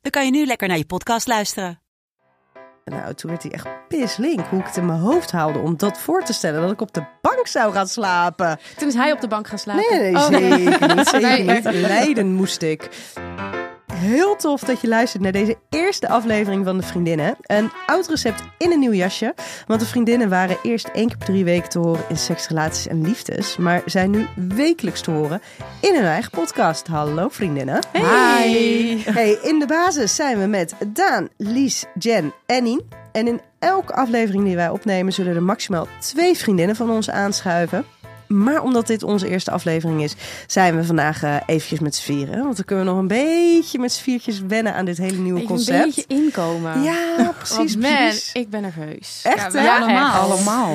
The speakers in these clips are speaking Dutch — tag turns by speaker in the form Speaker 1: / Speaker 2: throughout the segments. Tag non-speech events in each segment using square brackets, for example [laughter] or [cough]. Speaker 1: dan kan je nu lekker naar je podcast luisteren.
Speaker 2: Nou, toen werd hij echt pislink hoe ik het in mijn hoofd haalde om dat voor te stellen. Dat ik op de bank zou gaan slapen.
Speaker 3: Toen is hij op de bank gaan slapen.
Speaker 2: Nee, nee,
Speaker 3: Oh,
Speaker 2: zeker niet. Zeker
Speaker 3: [laughs] Nee.
Speaker 2: niet. Leiden moest ik. Heel tof dat je luistert naar deze eerste aflevering van De Vriendinnen. Een oud recept in een nieuw jasje. Want de vriendinnen waren eerst één keer per drie weken te horen in seks, relaties en liefdes. Maar zijn nu wekelijks te horen in hun eigen podcast. Hallo vriendinnen.
Speaker 3: Hi.
Speaker 2: Hey, in de basis zijn we met Daan, Lies, Jen en Nien. En in elke aflevering die wij opnemen zullen er maximaal twee vriendinnen van ons aanschuiven. Maar omdat dit onze eerste aflevering is, zijn we vandaag eh, eventjes met z'n vieren. Want dan kunnen we nog een beetje met z'n viertjes wennen aan dit hele nieuwe
Speaker 3: Even
Speaker 2: concept.
Speaker 3: een beetje inkomen.
Speaker 2: Ja, precies.
Speaker 3: Want man,
Speaker 2: precies.
Speaker 3: ik ben nerveus.
Speaker 2: Echt,
Speaker 3: ja,
Speaker 2: hè?
Speaker 3: allemaal.
Speaker 4: Allemaal.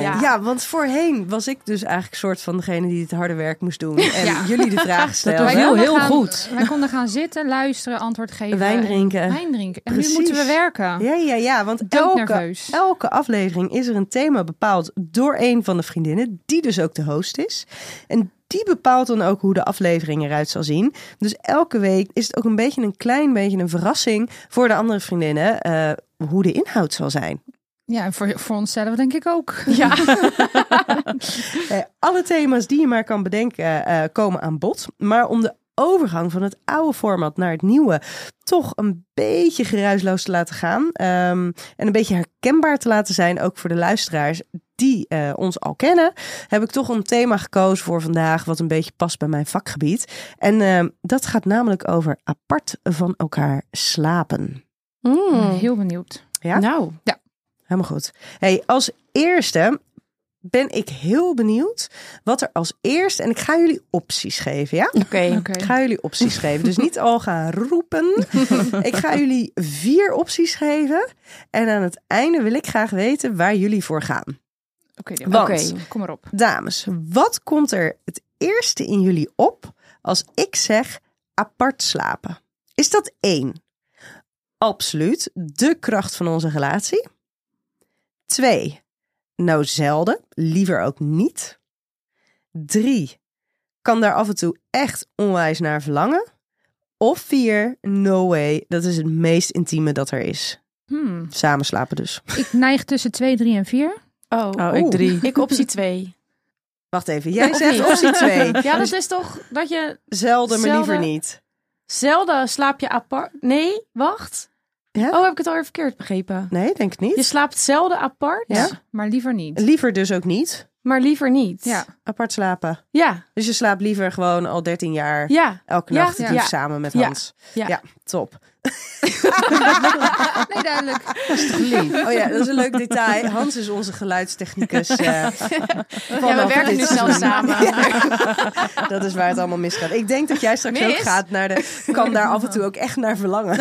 Speaker 2: [laughs]
Speaker 3: Ja.
Speaker 2: Ja, want voorheen was ik dus eigenlijk een soort van degene die het harde werk moest doen. En
Speaker 3: Ja.
Speaker 2: jullie de vraag stellen.
Speaker 4: Wij
Speaker 3: heel,
Speaker 4: konden
Speaker 3: heel
Speaker 4: gaan-
Speaker 3: goed.
Speaker 4: Wij konden gaan zitten, luisteren, antwoord geven.
Speaker 2: Wijn drinken.
Speaker 4: Wijn drinken. En
Speaker 2: Precies.
Speaker 4: nu moeten we werken.
Speaker 2: Ja, ja, ja. Want elke,
Speaker 4: Doodnerveus.
Speaker 2: elke aflevering is er een thema bepaald door een van de vriendinnen, die dus ook de host is. En die bepaalt dan ook hoe de aflevering eruit zal zien. Dus elke week is het ook een beetje een klein beetje een verrassing voor de andere vriendinnen eh, hoe de inhoud zal zijn.
Speaker 4: Ja, en voor, voor onszelf denk ik ook.
Speaker 3: Hmm.
Speaker 2: Eh, alle thema's die je maar kan bedenken eh, komen aan bod. Maar om de overgang van het oude format naar het nieuwe toch een beetje geruisloos te laten gaan. ehm, en een beetje herkenbaar te laten zijn, ook voor de luisteraars die eh, ons al kennen, heb ik toch een thema gekozen voor vandaag wat een beetje past bij mijn vakgebied. En ehm, dat gaat namelijk over apart van elkaar slapen.
Speaker 4: Ik ben heel benieuwd.
Speaker 2: Ja?
Speaker 3: Hmm. Nou,
Speaker 2: Helemaal goed. Hey, als eerste ben ik heel benieuwd wat er als eerste. En ik ga jullie opties geven, ja?
Speaker 3: oké.
Speaker 4: Oké.
Speaker 2: Ik ga jullie opties geven. Dus niet al gaan roepen. ik ga jullie vier opties geven. En aan het einde wil ik graag weten waar jullie voor gaan.
Speaker 4: Oké,
Speaker 2: Want-
Speaker 4: oké, kom maar op.
Speaker 2: Dames, wat komt er het eerste in jullie op als ik zeg apart slapen? Is dat één? Absoluut, de kracht van onze relatie. Twee, nou zelden, liever ook niet. Drie, kan daar af en toe echt onwijs naar verlangen. Of vier, no way, dat is het meest intieme dat er is.
Speaker 4: Hmm.
Speaker 2: Samen slapen dus.
Speaker 4: Ik neig tussen 2, 3 en 4.
Speaker 3: Oh,
Speaker 2: Oh, ik
Speaker 3: oeh.
Speaker 2: drie.
Speaker 3: Ik optie twee.
Speaker 2: Wacht
Speaker 3: [laughs]
Speaker 2: even, jij
Speaker 3: Of
Speaker 2: zegt
Speaker 3: niet?
Speaker 2: optie
Speaker 3: [laughs]
Speaker 2: twee.
Speaker 3: Ja, dat is toch dat je
Speaker 2: Zelden, maar liever
Speaker 3: Zelden.
Speaker 2: niet.
Speaker 3: zelden slaap je apart. Nee, wacht.
Speaker 2: Ja?
Speaker 3: Oh, heb ik het alweer verkeerd begrepen?
Speaker 2: Nee, denk ik
Speaker 3: Je
Speaker 2: niet.
Speaker 3: slaapt zelden apart,
Speaker 2: Ja.
Speaker 4: Maar liever niet.
Speaker 2: Liever dus ook niet.
Speaker 3: maar liever niet.
Speaker 4: Ja.
Speaker 2: [laughs] Apart slapen.
Speaker 3: Ja.
Speaker 2: Dus je slaapt liever gewoon al 13 jaar.
Speaker 3: Ja.
Speaker 2: Elke
Speaker 3: Ja.
Speaker 2: nacht het
Speaker 3: Ja.
Speaker 2: liefst samen met
Speaker 3: Ja.
Speaker 2: Hans.
Speaker 3: Ja.
Speaker 2: top.
Speaker 4: Nee, duidelijk.
Speaker 2: Oh ja, dat is een leuk detail. Hans is onze geluidstechnicus.
Speaker 3: [laughs]
Speaker 2: eh,
Speaker 3: Ja, we
Speaker 2: vanaf
Speaker 3: werken
Speaker 2: dit
Speaker 3: nu zelfs
Speaker 2: seizoen. [laughs]
Speaker 3: samen.
Speaker 2: Dat is waar het allemaal misgaat. Ik denk dat jij straks
Speaker 3: Mis?
Speaker 2: ook gaat naar de... Kan daar af en toe ook echt naar
Speaker 3: [laughs]
Speaker 2: verlangen.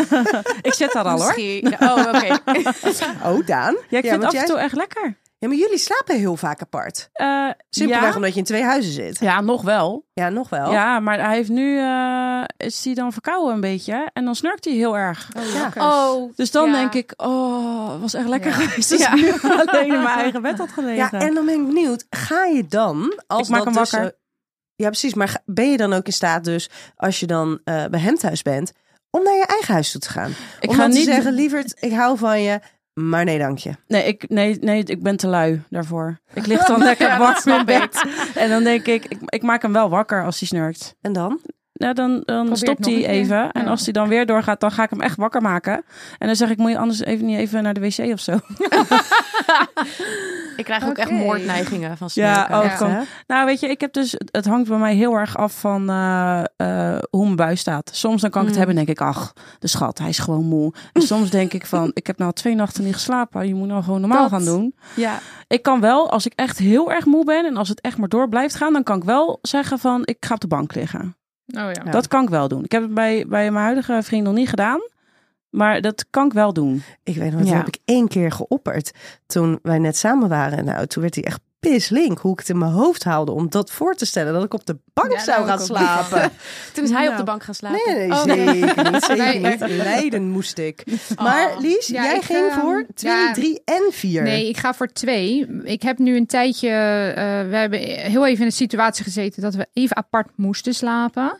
Speaker 5: Ik zit daar al hoor.
Speaker 3: Misschien. Ja, Oh, oké.
Speaker 2: [laughs] Oh, Daan.
Speaker 5: Ja, ik vind
Speaker 2: want
Speaker 5: het af en toe echt lekker.
Speaker 2: ja, maar jullie slapen heel vaak apart.
Speaker 5: Eh,
Speaker 2: Simpelweg
Speaker 5: ja.
Speaker 2: omdat je in twee huizen zit.
Speaker 5: ja, Oh. nog wel.
Speaker 2: Ja, nog wel.
Speaker 5: Ja, maar hij heeft nu, eh, is hij dan verkouden een beetje en dan snurkt hij heel erg.
Speaker 2: Ja.
Speaker 3: Oh.
Speaker 5: Dus dan
Speaker 3: ja.
Speaker 5: denk ik, oh, het was echt lekker
Speaker 4: Ja.
Speaker 5: geweest als
Speaker 3: Ja.
Speaker 5: ik nu [laughs] alleen in mijn eigen bed had
Speaker 2: Ja,
Speaker 5: gelegen.
Speaker 2: en dan ben ik benieuwd, ga je dan... Als
Speaker 5: Ik maak
Speaker 2: dat
Speaker 5: hem
Speaker 2: dus
Speaker 5: wakker.
Speaker 2: zo- ja, precies. Maar ga- ben je dan ook in staat dus, als je dan eh, bij hem thuis bent... om naar je eigen huis toe te gaan?
Speaker 5: ik
Speaker 2: om
Speaker 5: ga
Speaker 2: dan
Speaker 5: niet
Speaker 2: te zeggen, lieverd, ik hou van je, maar nee dank je.
Speaker 5: Nee, ik, nee, nee, ik ben te lui daarvoor. Ik lig [laughs] dan lekker warm in bed. En dan denk ik, ik, ik maak hem wel wakker als hij snurkt.
Speaker 2: En dan?
Speaker 5: Nou, dan, dan
Speaker 4: het
Speaker 5: stopt
Speaker 4: nog
Speaker 5: hij
Speaker 4: een keer.
Speaker 5: even. En
Speaker 4: Ja.
Speaker 5: als hij dan weer doorgaat, dan ga ik hem echt wakker maken. En dan zeg ik, moet je anders even niet even naar de wc of zo?
Speaker 3: Ik krijg ook echt
Speaker 4: Oké.
Speaker 3: moordneigingen van snurken.
Speaker 5: Ja, oh,
Speaker 4: Ja.
Speaker 5: het kan. Nou, weet je, ik heb dus, het het hangt bij mij heel erg af van eh, eh, hoe mijn buis staat. Soms dan kan ik het hebben, denk ik, ach, de schat, hij is gewoon moe. En soms denk ik van, ik heb nou twee nachten niet geslapen. Je moet nou gewoon normaal
Speaker 3: Dat.
Speaker 5: gaan doen.
Speaker 3: Ja.
Speaker 5: Ik kan wel, als ik echt heel erg moe ben en als het echt maar door blijft gaan, dan kan ik wel zeggen van, ik ga op de bank liggen.
Speaker 4: Oh ja.
Speaker 5: Dat kan ik wel doen. Ik heb het bij, bij mijn huidige vriend nog niet gedaan. Maar dat kan ik wel doen.
Speaker 2: Ik weet nog, dat
Speaker 5: Ja.
Speaker 2: heb ik één keer geopperd toen wij net samen waren. Nou, toen werd hij echt pislink hoe ik het in mijn hoofd haalde om dat voor te stellen. Dat ik op de bank
Speaker 3: Ja,
Speaker 2: zou
Speaker 3: nou,
Speaker 2: gaan
Speaker 3: ik ook.
Speaker 2: slapen.
Speaker 3: Toen is Dus hij op
Speaker 5: Nou.
Speaker 3: de bank gaan slapen.
Speaker 2: Nee, nee,
Speaker 3: Oh,
Speaker 2: zeker niet. Zeker
Speaker 4: [laughs] Nee,
Speaker 2: niet.
Speaker 4: ik-
Speaker 2: Leiden moest ik.
Speaker 3: Oh.
Speaker 2: Maar Lies,
Speaker 4: Ja,
Speaker 2: jij
Speaker 4: ik,
Speaker 2: ging
Speaker 4: ehm,
Speaker 2: voor twee,
Speaker 4: ja.
Speaker 2: drie en vier.
Speaker 4: Nee, ik ga voor twee. Ik heb nu een tijdje. eh, we hebben heel even in een situatie gezeten dat we even apart moesten slapen.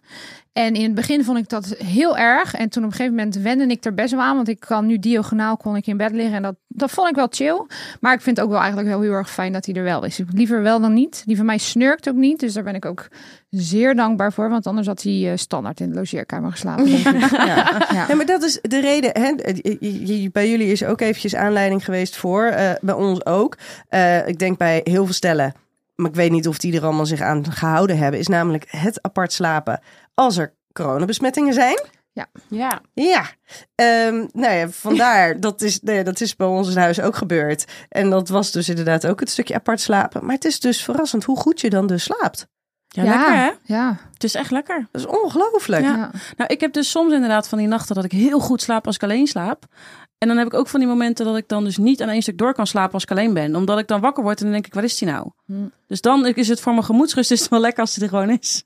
Speaker 4: En in het begin vond ik dat heel erg. En toen op een gegeven moment wende ik er best wel aan. Want ik kan nu diagonaal kon ik in bed liggen. En dat, dat vond ik wel chill. Maar ik vind het ook wel eigenlijk wel heel erg fijn dat hij er wel is. Liever wel dan niet. Die van mij snurkt ook niet. Dus daar ben ik ook zeer dankbaar voor. Want anders had hij eh, standaard in de logeerkamer geslapen. denk ik.
Speaker 2: Ja.
Speaker 4: Ja.
Speaker 2: Nee, maar dat is de reden. Hè? Je- je- je- Bij jullie is ook eventjes aanleiding geweest voor. eh, bij ons ook. Eh, ik denk bij heel veel stellen. Maar ik weet niet of die er allemaal zich aan gehouden hebben. Is namelijk het apart slapen. Als er coronabesmettingen zijn.
Speaker 3: Ja.
Speaker 2: Ja, Ehm, nou ja, [laughs] vandaar. Dat is, nee, dat is bij ons in huis ook gebeurd. En dat was dus inderdaad ook het stukje apart slapen. Maar het is dus verrassend hoe goed je dan dus slaapt.
Speaker 5: Ja, lekker hè?
Speaker 4: Ja.
Speaker 5: Het is echt lekker.
Speaker 2: Dat is ongelooflijk.
Speaker 5: Ja.
Speaker 4: ja.
Speaker 5: Nou, ik heb dus soms inderdaad van die nachten dat ik heel goed slaap als ik alleen slaap. En dan heb ik ook van die momenten dat ik dan dus niet aan één stuk door kan slapen als ik alleen ben. Omdat ik dan wakker word en dan denk ik, waar is die nou?
Speaker 4: Hm.
Speaker 5: Dus dan is het voor mijn gemoedsrust is het wel lekker als die er gewoon is.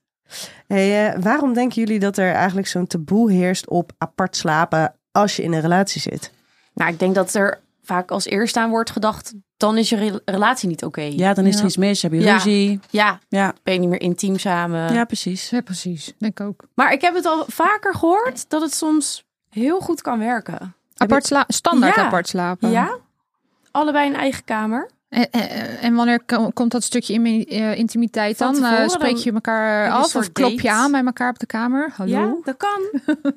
Speaker 2: Hey, eh, waarom denken jullie dat er eigenlijk zo'n taboe heerst op apart slapen als je in een relatie zit?
Speaker 3: Nou, ik denk dat er vaak als eerst aan wordt gedacht, dan is je re- relatie niet oké.
Speaker 5: Ja, dan is er iets mis, heb je
Speaker 3: Ja.
Speaker 5: ruzie.
Speaker 3: Ja,
Speaker 5: Ja,
Speaker 3: ben je niet meer intiem samen.
Speaker 5: ja precies.
Speaker 4: Ja, precies. Denk ik ook.
Speaker 3: Maar ik heb het al vaker gehoord dat het soms heel goed kan werken.
Speaker 4: Apart sla standaard
Speaker 3: Ja.
Speaker 4: apart slapen.
Speaker 3: Ja? Allebei een eigen kamer.
Speaker 4: En, en- en wanneer ko- komt dat stukje imi- eh, intimiteit
Speaker 3: Van
Speaker 4: dan? Eh,
Speaker 3: tevoren
Speaker 4: spreek
Speaker 3: dan
Speaker 4: je elkaar
Speaker 3: heb je een
Speaker 4: af of
Speaker 3: soort
Speaker 4: klop je
Speaker 3: date.
Speaker 4: aan bij elkaar op de kamer? Hallo?
Speaker 3: Ja, dat [laughs] kan.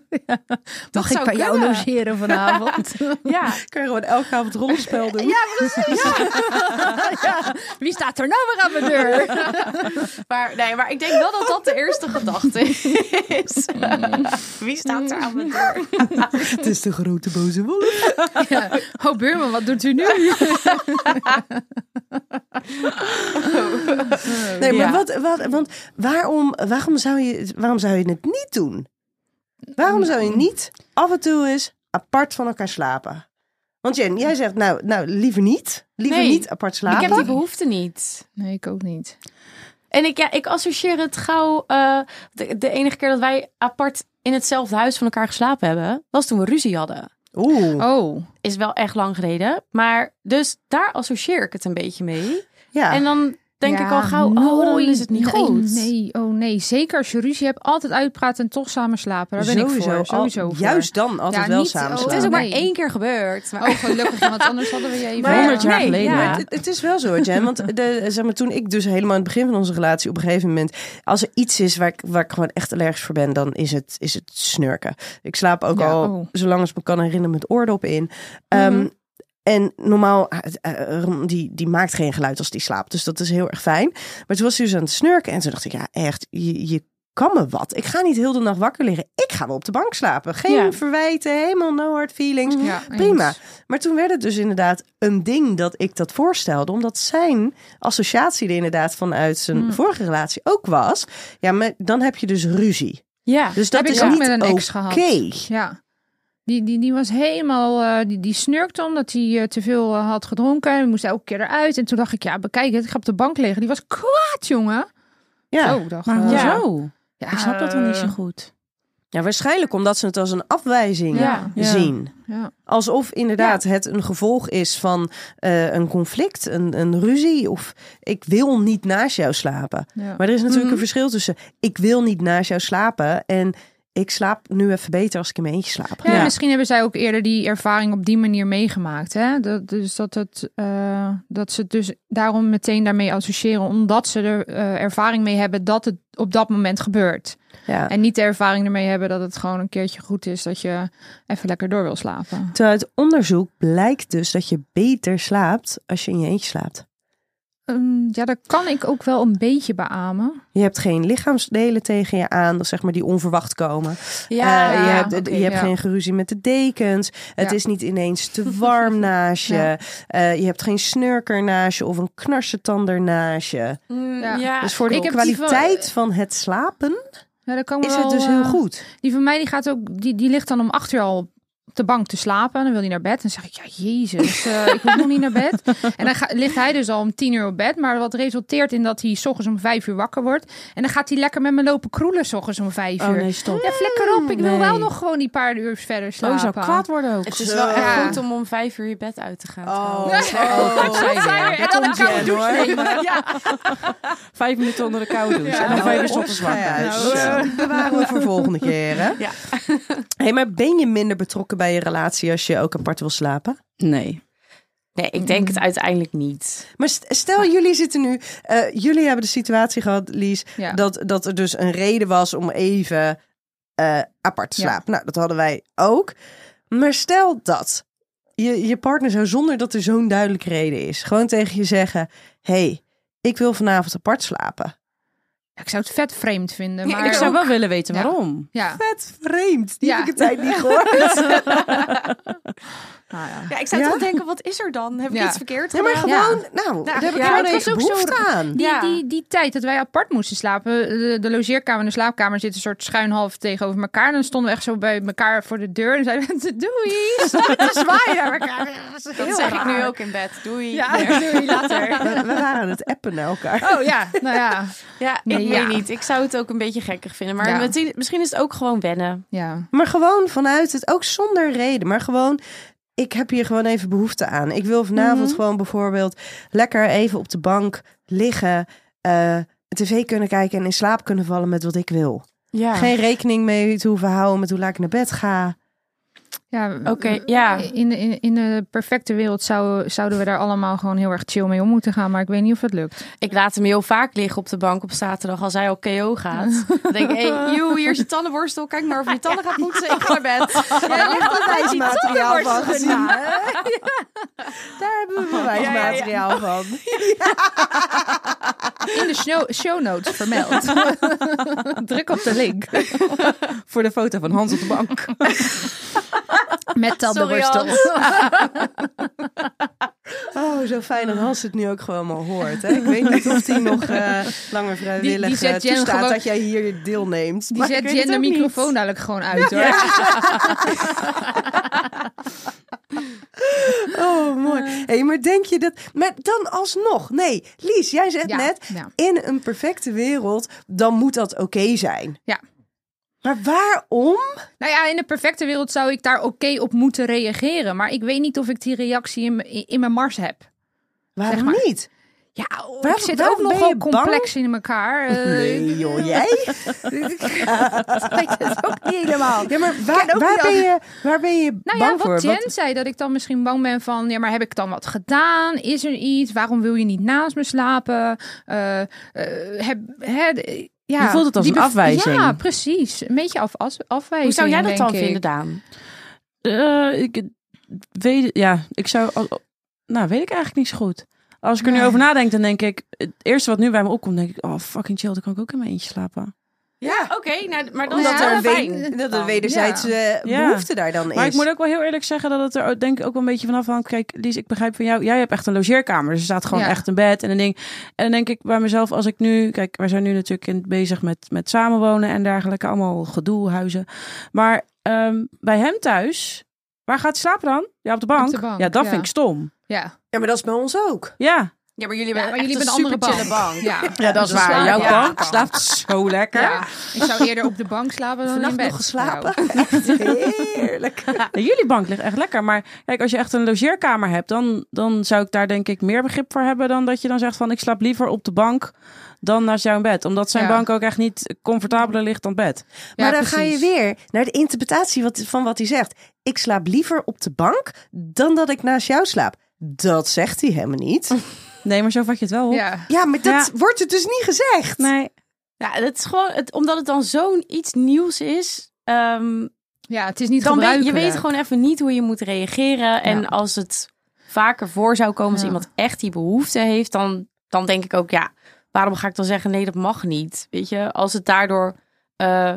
Speaker 3: dat
Speaker 4: Mag ik
Speaker 3: zou
Speaker 4: bij jou
Speaker 3: kunnen.
Speaker 4: logeren
Speaker 5: [laughs]
Speaker 4: vanavond?
Speaker 3: Ja.
Speaker 2: Kun je gewoon elke avond rollenspel doen?
Speaker 4: ja, precies. Ja. Wie staat er nou weer aan mijn deur?
Speaker 3: Maar, nee, maar ik denk wel dat dat de eerste gedachte is. Mm. Wie staat er aan mijn deur?
Speaker 2: Het is de grote boze wolf.
Speaker 4: Ja. [laughs] Oh, buurman, wat doet
Speaker 3: [laughs]
Speaker 4: u nu?
Speaker 2: Nee, maar
Speaker 3: Ja.
Speaker 2: wat, wat, want waarom, waarom, zou je, waarom zou je het niet doen? Waarom zou je niet af en toe eens apart van elkaar slapen? Want Jen, jij zegt nou, nou liever niet. Liever
Speaker 3: Nee,
Speaker 2: niet apart
Speaker 3: Ik
Speaker 2: slapen.
Speaker 3: heb die behoefte niet.
Speaker 4: Nee, ik ook niet.
Speaker 3: En ik, ja, ik associeer het gauw. eh, de, de enige keer dat wij apart in hetzelfde huis van elkaar geslapen hebben, was toen we ruzie hadden.
Speaker 2: Oeh.
Speaker 4: Oh,
Speaker 3: Is wel echt lang geleden. Maar dus daar associeer ik het een beetje mee.
Speaker 2: Ja.
Speaker 3: En dan denk
Speaker 4: Ja,
Speaker 3: ik al gauw, oh, dan
Speaker 4: nooit.
Speaker 3: is het niet
Speaker 4: nee,
Speaker 3: goed.
Speaker 4: Nee, oh nee. Zeker als je ruzie hebt, altijd uitpraten en toch samen slapen. Daar ben ik voor.
Speaker 2: al-
Speaker 3: Oh,
Speaker 4: Sowieso voor.
Speaker 2: Oh, Juist dan altijd
Speaker 4: Ja,
Speaker 2: wel
Speaker 4: niet-
Speaker 2: samen
Speaker 4: oh,
Speaker 3: Het
Speaker 2: slapen.
Speaker 3: is ook maar
Speaker 4: Nee.
Speaker 3: één keer gebeurd. Maar
Speaker 4: Oh, gelukkig, ja, want anders hadden we
Speaker 3: [laughs]
Speaker 4: je even...
Speaker 5: Maar- 100 jaar
Speaker 3: Nee,
Speaker 5: geleden.
Speaker 3: ja.
Speaker 2: Maar het, het is wel zo, Jen. Want de, zeg maar, toen ik dus helemaal aan het begin van onze relatie op een gegeven moment... Als er iets is waar ik, waar ik gewoon echt allergisch voor ben, dan is het, is het snurken. Ik slaap ook
Speaker 4: Ja,
Speaker 2: al,
Speaker 4: oh.
Speaker 2: zolang als ik me kan herinneren, met oordop in. Ehm, En normaal, eh, eh, Ron, die, die maakt geen geluid als die slaapt. Dus dat is heel erg fijn. Maar toen was hij dus aan het snurken. En toen dacht ik, ja echt, je, je kan me wat. Ik ga niet heel de nacht wakker liggen. Ik ga wel op de bank slapen. Geen
Speaker 3: Ja.
Speaker 2: verwijten, helemaal no hard feelings.
Speaker 4: Ja,
Speaker 2: Prima.
Speaker 4: eens.
Speaker 2: Maar toen werd het dus inderdaad een ding dat ik dat voorstelde. Omdat zijn associatie er inderdaad vanuit zijn
Speaker 4: Hmm.
Speaker 2: vorige relatie ook was. Ja, maar dan heb je dus ruzie.
Speaker 3: Ja.
Speaker 2: Dus dat
Speaker 4: Heb ik
Speaker 2: is
Speaker 4: ook
Speaker 2: niet
Speaker 4: met een ex
Speaker 2: oké.
Speaker 4: gehad. Ja. Die, die, die was helemaal, eh, die, die snurkte omdat hij eh, te veel eh, had gedronken. En moest elke keer eruit. En toen dacht ik, ja, bekijk het. Ik ga op de bank liggen. Die was kwaad, jongen.
Speaker 2: Ja.
Speaker 4: Zo, dacht,
Speaker 5: Maar
Speaker 3: ja.
Speaker 4: eh,
Speaker 5: hoezo?
Speaker 4: ja,
Speaker 5: Oh, Ik snap dat dan niet zo
Speaker 4: eh,
Speaker 5: goed.
Speaker 2: ja, waarschijnlijk omdat ze het als een afwijzing
Speaker 4: Ja.
Speaker 5: Ja.
Speaker 2: zien.
Speaker 4: Ja.
Speaker 2: Alsof inderdaad het een gevolg is van eh, een conflict, een, een ruzie. Of ik wil niet naast jou slapen.
Speaker 4: Ja.
Speaker 2: Maar er is natuurlijk
Speaker 3: Mhm.
Speaker 2: een verschil tussen ik wil niet naast jou slapen en ik slaap nu even beter als ik in mijn eentje slaap.
Speaker 4: Ja,
Speaker 5: Ja.
Speaker 4: misschien hebben zij ook eerder die ervaring op die manier meegemaakt. Hè? Dat, dus dat, het, eh, dat ze het dus daarom meteen daarmee associëren. Omdat ze er eh, ervaring mee hebben dat het op dat moment gebeurt.
Speaker 2: Ja.
Speaker 4: En niet de ervaring ermee hebben dat het gewoon een keertje goed is dat je even lekker door wil slapen.
Speaker 2: Terwijl uit onderzoek blijkt dus dat je beter slaapt als je in je eentje slaapt.
Speaker 4: Ehm, ja, daar kan ik ook wel een beetje beamen.
Speaker 2: Je hebt geen lichaamsdelen tegen je aan, dat zeg maar, die onverwacht komen.
Speaker 3: ja,
Speaker 2: Eh, je
Speaker 4: ja,
Speaker 2: hebt,
Speaker 3: oké,
Speaker 2: je hebt
Speaker 4: ja.
Speaker 2: geen geruzie met de dekens. Het
Speaker 4: Ja.
Speaker 2: is niet ineens te
Speaker 4: [laughs]
Speaker 2: warm naast je.
Speaker 4: Ja.
Speaker 2: Eh, je hebt geen snurker naast je of een knarsetander naast je.
Speaker 3: Mm,
Speaker 4: Ja.
Speaker 3: ja.
Speaker 2: dus voor de
Speaker 4: ik heb die van-
Speaker 2: kwaliteit van, het slapen
Speaker 4: Ja, dat kan me
Speaker 2: is het
Speaker 4: wel,
Speaker 2: dus heel
Speaker 4: eh,
Speaker 2: goed.
Speaker 4: Die van mij die gaat ook, die, die ligt dan om acht uur al op de bank te slapen. En dan wil hij naar bed. En dan zeg ik, ja, jezus, eh, ik wil nog niet naar bed. En dan ga- ligt hij dus al om tien uur op bed. Maar wat resulteert in dat hij s ochtends om vijf uur wakker wordt. En dan gaat hij lekker met me lopen kroelen s ochtends om vijf
Speaker 5: Oh
Speaker 4: uur.
Speaker 5: nee, stop.
Speaker 4: Ja, flikker op. Ik wil
Speaker 5: nee.
Speaker 4: wel nog gewoon die paar uur verder
Speaker 5: Oh,
Speaker 4: slapen.
Speaker 5: je zou kwaad worden ook.
Speaker 3: Het is wel echt
Speaker 4: Ja.
Speaker 3: goed om om vijf uur je bed uit te gaan.
Speaker 2: Oh,
Speaker 3: trouwens.
Speaker 4: [laughs] dat zei je.
Speaker 5: weer.
Speaker 4: En dan een
Speaker 5: [laughs] komt
Speaker 4: koude
Speaker 5: Jen, hoor.
Speaker 4: douche nemen.
Speaker 5: Vijf minuten onder de koude douche. En dan
Speaker 2: Nou,
Speaker 5: vijf uur ochtends
Speaker 2: nou
Speaker 5: wakker.
Speaker 2: ja,
Speaker 5: Nou,
Speaker 2: dus, eh, bewaren we voor volgende keer, hè?
Speaker 3: Ja.
Speaker 2: [laughs] Hey, maar ben je minder betrokken bij je relatie als je ook apart wil slapen?
Speaker 5: Nee.
Speaker 3: Nee, ik denk het uiteindelijk niet.
Speaker 2: Maar st- stel, jullie zitten nu... eh, jullie hebben de situatie gehad, Lies,
Speaker 4: Ja.
Speaker 2: dat, dat er dus een reden was om even eh, apart te
Speaker 4: Ja.
Speaker 2: slapen. Nou, dat hadden wij ook. Maar stel dat je, je partner zou zonder dat er zo'n duidelijke reden is... gewoon tegen je zeggen... hey, ik wil vanavond apart slapen.
Speaker 4: Ik zou het vet vreemd vinden.
Speaker 3: Ja,
Speaker 4: Maar
Speaker 5: Ik zou wel willen weten
Speaker 4: Ja.
Speaker 5: waarom.
Speaker 4: Ja.
Speaker 2: Vet vreemd. Die
Speaker 4: [laughs] Ja.
Speaker 2: heb ik het tijd niet gehoord.
Speaker 4: Nou ja.
Speaker 3: Ja, ik zou
Speaker 2: Ja?
Speaker 3: toch denken, wat is er dan? Heb ik
Speaker 4: Ja.
Speaker 3: iets verkeerd
Speaker 2: Ja, maar
Speaker 3: gedaan?
Speaker 2: gewoon, nou, daar heb ik
Speaker 3: ja,
Speaker 2: gewoon
Speaker 4: het was
Speaker 2: even
Speaker 4: ook zo-
Speaker 2: behoefte aan.
Speaker 4: Die,
Speaker 3: Ja.
Speaker 4: die, die tijd dat wij apart moesten slapen, de, de logeerkamer en de slaapkamer zitten soort schuin half tegenover elkaar. En dan stonden we echt zo bij elkaar voor de deur en zeiden we, [laughs] doei, stonden te zwaaien naar elkaar. Dat,
Speaker 3: Dat zeg ik nu ook in bed. Doei.
Speaker 4: Ja, doei, later.
Speaker 2: We, we waren aan het appen naar elkaar.
Speaker 4: Oh ja, [laughs] nou ja.
Speaker 3: Ja, ik
Speaker 4: Nee, ja.
Speaker 3: weet niet. Ik zou het ook een beetje gekkig vinden. Maar
Speaker 4: Ja.
Speaker 3: misschien- misschien is het ook gewoon wennen.
Speaker 4: Ja,
Speaker 2: Maar gewoon vanuit het, ook zonder reden. Maar gewoon, ik heb hier gewoon even behoefte aan. Ik wil vanavond gewoon bijvoorbeeld lekker even op de bank liggen. eh, tv kunnen kijken en in slaap kunnen vallen met wat ik wil.
Speaker 3: Ja.
Speaker 2: Geen rekening mee te hoeven houden met hoe laat ik naar bed ga.
Speaker 4: ja eh,
Speaker 3: Oké, ja.
Speaker 4: In, in, in de perfecte wereld zou, zouden we daar allemaal gewoon heel erg chill mee om moeten gaan. Maar ik weet niet of het lukt.
Speaker 3: Ik laat hem heel vaak liggen op de bank op zaterdag als hij al KO gaat. Dan denk ik, hey, joe, hier is je tandenborstel. Kijk maar of je je tanden gaat poetsen. Ik ga naar bed.
Speaker 2: Daar ligt al bewijsmateriaal van
Speaker 4: tandenborstel
Speaker 2: gezien. hè? [laughs] Daar hebben we bewijsmateriaal van.
Speaker 4: In de snow- show notes vermeld. Druk op de link.
Speaker 5: Voor de foto van Hans op de bank.
Speaker 4: Met tandenborstel.
Speaker 2: Oh, zo fijn
Speaker 4: Ah.
Speaker 2: dat Hans het nu ook gewoon maar hoort. Hè? Ik weet niet of hij nog
Speaker 4: [laughs]
Speaker 2: eh, langer vrijwillig
Speaker 4: die zet
Speaker 2: eh,
Speaker 4: Jen
Speaker 2: toestaat
Speaker 4: gewoon-
Speaker 2: dat jij hier deelneemt.
Speaker 4: Die
Speaker 2: Maar ik
Speaker 4: zet
Speaker 2: weet het
Speaker 4: Jen de
Speaker 2: ook niet.
Speaker 4: microfoon dadelijk gewoon uit hoor.
Speaker 2: Oh, mooi.
Speaker 4: Ah.
Speaker 2: hey, maar denk je dat... Maar dan alsnog. Nee, Lies, jij zegt
Speaker 4: Ja,
Speaker 2: net...
Speaker 4: ja.
Speaker 2: In een perfecte wereld, dan moet dat oké zijn.
Speaker 4: Ja.
Speaker 2: Maar waarom?
Speaker 4: Nou ja, in de perfecte wereld zou ik daar oké op moeten reageren. Maar ik weet niet of ik die reactie in, m- in mijn mars heb.
Speaker 2: Waarom
Speaker 4: Zeg maar.
Speaker 2: niet?
Speaker 4: Ja, oh,
Speaker 2: Waarom-
Speaker 4: ik zit
Speaker 2: waarom
Speaker 4: ook
Speaker 2: ben je
Speaker 4: nogal
Speaker 2: bang?
Speaker 4: complex in
Speaker 2: [laughs]
Speaker 4: elkaar. Eh,
Speaker 2: Nee, joh, jij?
Speaker 4: Ik weet het ook niet helemaal.
Speaker 2: [laughs] Ja, maar waar,
Speaker 4: ook
Speaker 2: waar,
Speaker 4: niet
Speaker 2: ben, je, waar ben je
Speaker 4: Nou ja,
Speaker 2: bang voor?
Speaker 4: wat Jen
Speaker 2: Wat-
Speaker 4: zei, dat ik dan misschien bang ben van... ja, maar heb ik dan wat gedaan? Is er iets? Waarom wil je niet naast me slapen? Eh, eh, heb, hè, d- ja,
Speaker 5: Je voelt het als
Speaker 4: die
Speaker 5: een
Speaker 4: bev-
Speaker 5: afwijzing.
Speaker 4: Ja, precies. Een beetje af, as- afwijzing,
Speaker 3: Hoe zou jij dat
Speaker 4: denk
Speaker 3: dan
Speaker 4: ik.
Speaker 3: vinden, Daan?
Speaker 5: Eh, ik weet, ja, ik zou, al- nou weet ik eigenlijk niet zo goed. Als ik er nu
Speaker 4: Nee.
Speaker 5: over nadenk, dan denk ik, het eerste wat nu bij me opkomt, denk ik, oh fucking chill, dan kan ik ook in mijn eentje slapen.
Speaker 2: Ja,
Speaker 4: Oh,
Speaker 3: Oké, nou, maar dan
Speaker 2: omdat
Speaker 4: Ja,
Speaker 3: is
Speaker 2: er een
Speaker 3: dat
Speaker 4: wij-
Speaker 3: fijn.
Speaker 2: we- dat
Speaker 3: dan.
Speaker 2: er wederzijdse eh,
Speaker 5: Ja.
Speaker 2: behoefte daar dan is.
Speaker 5: Maar ik moet ook wel heel eerlijk zeggen dat het er ook- denk ik ook wel een beetje vanaf hangt. Kijk, Lies, ik begrijp van jou, jij hebt echt een logeerkamer, dus er staat gewoon
Speaker 4: Ja.
Speaker 5: echt een bed en een ding. En dan denk ik bij mezelf, als ik nu, kijk, wij zijn nu natuurlijk in, bezig met, met samenwonen en dergelijke, allemaal gedoe, huizen. Maar ehm, bij hem thuis, waar gaat hij slapen dan? Ja, op de bank.
Speaker 4: de bank,
Speaker 5: ja, dat
Speaker 4: ja.
Speaker 5: vind ik stom.
Speaker 4: Ja,
Speaker 2: Ja, maar dat is bij ons ook.
Speaker 5: Ja.
Speaker 3: Ja, maar jullie
Speaker 4: ja maar
Speaker 3: hebben
Speaker 4: jullie
Speaker 3: echt
Speaker 4: hebben
Speaker 3: een
Speaker 4: een andere
Speaker 3: super
Speaker 4: bank.
Speaker 3: chille bank.
Speaker 4: Ja.
Speaker 5: Ja, dat is
Speaker 4: waar. Jouw
Speaker 5: waar. Jouw
Speaker 4: Ja.
Speaker 5: bank
Speaker 4: bank
Speaker 5: slaapt zo lekker.
Speaker 4: Ja, ik zou eerder op de bank slapen dan
Speaker 2: Vannacht
Speaker 4: in bed.
Speaker 2: nog geslapen.
Speaker 4: Nou,
Speaker 2: [laughs] Echt heerlijk.
Speaker 5: Jullie bank ligt echt lekker. Maar kijk, als je echt een logeerkamer hebt, dan, dan zou ik daar denk ik meer begrip voor hebben dan dat je dan zegt van ik slaap liever op de bank dan naast jouw bed. Omdat zijn
Speaker 4: Ja.
Speaker 5: bank ook echt niet comfortabeler ligt dan bed.
Speaker 4: ja,
Speaker 2: maar dan ga je
Speaker 4: precies.
Speaker 2: weer naar de interpretatie wat, van wat hij zegt. Ik slaap liever op de bank dan dat ik naast jou slaap. Dat zegt hij helemaal niet.
Speaker 5: Nee, maar zo vat je het wel op.
Speaker 4: Ja.
Speaker 2: Ja, maar dat
Speaker 5: Ja.
Speaker 2: wordt het dus niet gezegd.
Speaker 5: Nee.
Speaker 3: Ja, dat is gewoon, het, omdat het dan zo'n iets nieuws is. ehm,
Speaker 4: ja, het is niet
Speaker 3: dan weet, je
Speaker 4: gebruikelijk.
Speaker 3: weet gewoon even niet hoe je moet reageren. En als het vaker voor zou komen, als
Speaker 4: Ja.
Speaker 3: iemand echt die behoefte heeft, dan, dan denk ik ook, ja, waarom ga ik dan zeggen, nee, dat mag niet? Weet je, als het daardoor eh,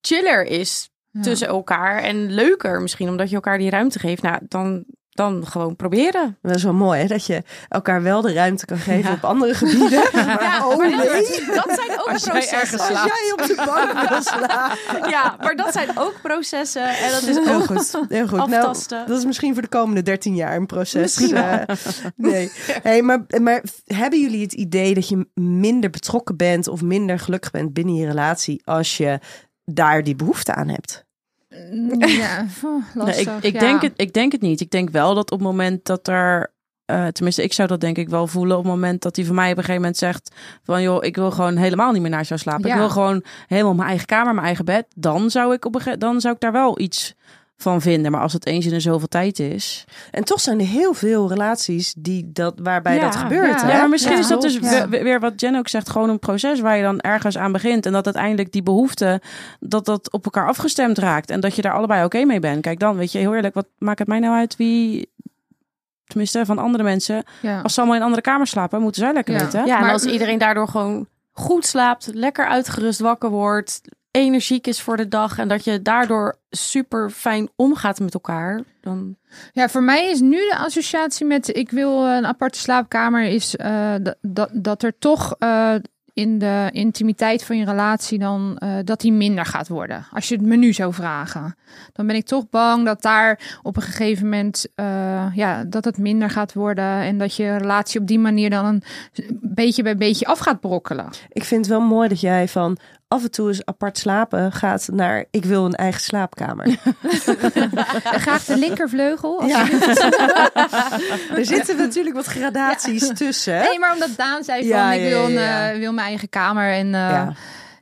Speaker 3: chiller is
Speaker 4: Ja.
Speaker 3: tussen elkaar en leuker misschien, omdat je elkaar die ruimte geeft, nou, dan
Speaker 5: dan gewoon proberen.
Speaker 2: Dat is wel mooi, hè? Dat je elkaar wel de ruimte kan geven op andere gebieden. Maar oh
Speaker 3: [laughs] maar dat-
Speaker 2: nee,
Speaker 3: dat zijn ook
Speaker 5: Als jij
Speaker 3: processen.
Speaker 5: ergens
Speaker 2: als
Speaker 5: slaapt.
Speaker 2: jij op de bank wil slapen.
Speaker 3: [laughs] Ja, maar dat zijn ook processen. En dat is
Speaker 2: Heel
Speaker 3: ook
Speaker 2: goed, heel goed. Nou,
Speaker 3: aftasten.
Speaker 2: dat is misschien voor de komende 13 jaar een proces.
Speaker 3: Misschien wel.
Speaker 2: Eh, [laughs] nee. Hey, maar, maar hebben jullie het idee dat je minder betrokken bent of minder gelukkig bent binnen je relatie als je daar die behoefte aan hebt?
Speaker 4: Ja, oh,
Speaker 5: Nee,
Speaker 4: lastig.
Speaker 5: ik, ik,
Speaker 4: ja.
Speaker 5: denk het, ik denk het niet. Ik denk wel dat op het moment dat er. eh, tenminste, ik zou dat denk ik wel voelen op het moment dat hij van mij op een gegeven moment zegt: van joh, ik wil gewoon helemaal niet meer naar jou slapen.
Speaker 4: Ja.
Speaker 5: Ik wil gewoon helemaal mijn eigen kamer, mijn eigen bed. Dan zou ik op een gege- dan zou ik daar wel iets van vinden. Maar als het eens in de zoveel tijd is.
Speaker 2: En toch zijn er heel veel relaties die dat, waarbij
Speaker 3: Ja,
Speaker 2: dat gebeurt.
Speaker 4: ja.
Speaker 2: hè?
Speaker 5: Ja, maar misschien
Speaker 4: Ja.
Speaker 5: is dat dus
Speaker 4: Ja.
Speaker 5: we- we- weer wat Jen ook zegt, gewoon een proces waar je dan ergens aan begint. En dat uiteindelijk die behoefte, dat dat op elkaar afgestemd raakt. En dat je daar allebei oké mee bent. Kijk dan, weet je, heel eerlijk, wat maakt het mij nou uit wie... Tenminste, van andere mensen.
Speaker 4: Ja.
Speaker 5: Als ze allemaal in andere kamers slapen, moeten zij lekker
Speaker 4: Ja.
Speaker 5: weten.
Speaker 3: Oh. Ja, en
Speaker 4: Maar-
Speaker 3: als iedereen daardoor gewoon goed slaapt, lekker uitgerust wakker wordt, energiek is voor de dag en dat je daardoor super fijn omgaat met elkaar, dan
Speaker 4: Ja, voor mij is nu de associatie met ik wil eh, een aparte slaapkamer is eh, dat- dat, dat er toch eh, in de intimiteit van je relatie dan eh, dat die minder gaat worden. Als je het menu zou vragen, dan ben ik toch bang dat daar op een gegeven moment eh, ja, dat het minder gaat worden en dat je relatie op die manier dan een beetje bij beetje af gaat brokkelen.
Speaker 2: Ik vind het wel mooi dat jij van af en toe eens apart slapen gaat naar ik wil een eigen slaapkamer.
Speaker 4: En Eh, graag de linkervleugel. als je-
Speaker 2: [laughs] er zitten natuurlijk wat gradaties tussen. hè?
Speaker 4: Nee, maar omdat Daan zei van
Speaker 2: Ja,
Speaker 4: ik
Speaker 2: ja,
Speaker 4: wil, een,
Speaker 2: ja, ja.
Speaker 4: eh, wil mijn eigen kamer en eh,
Speaker 2: Ja.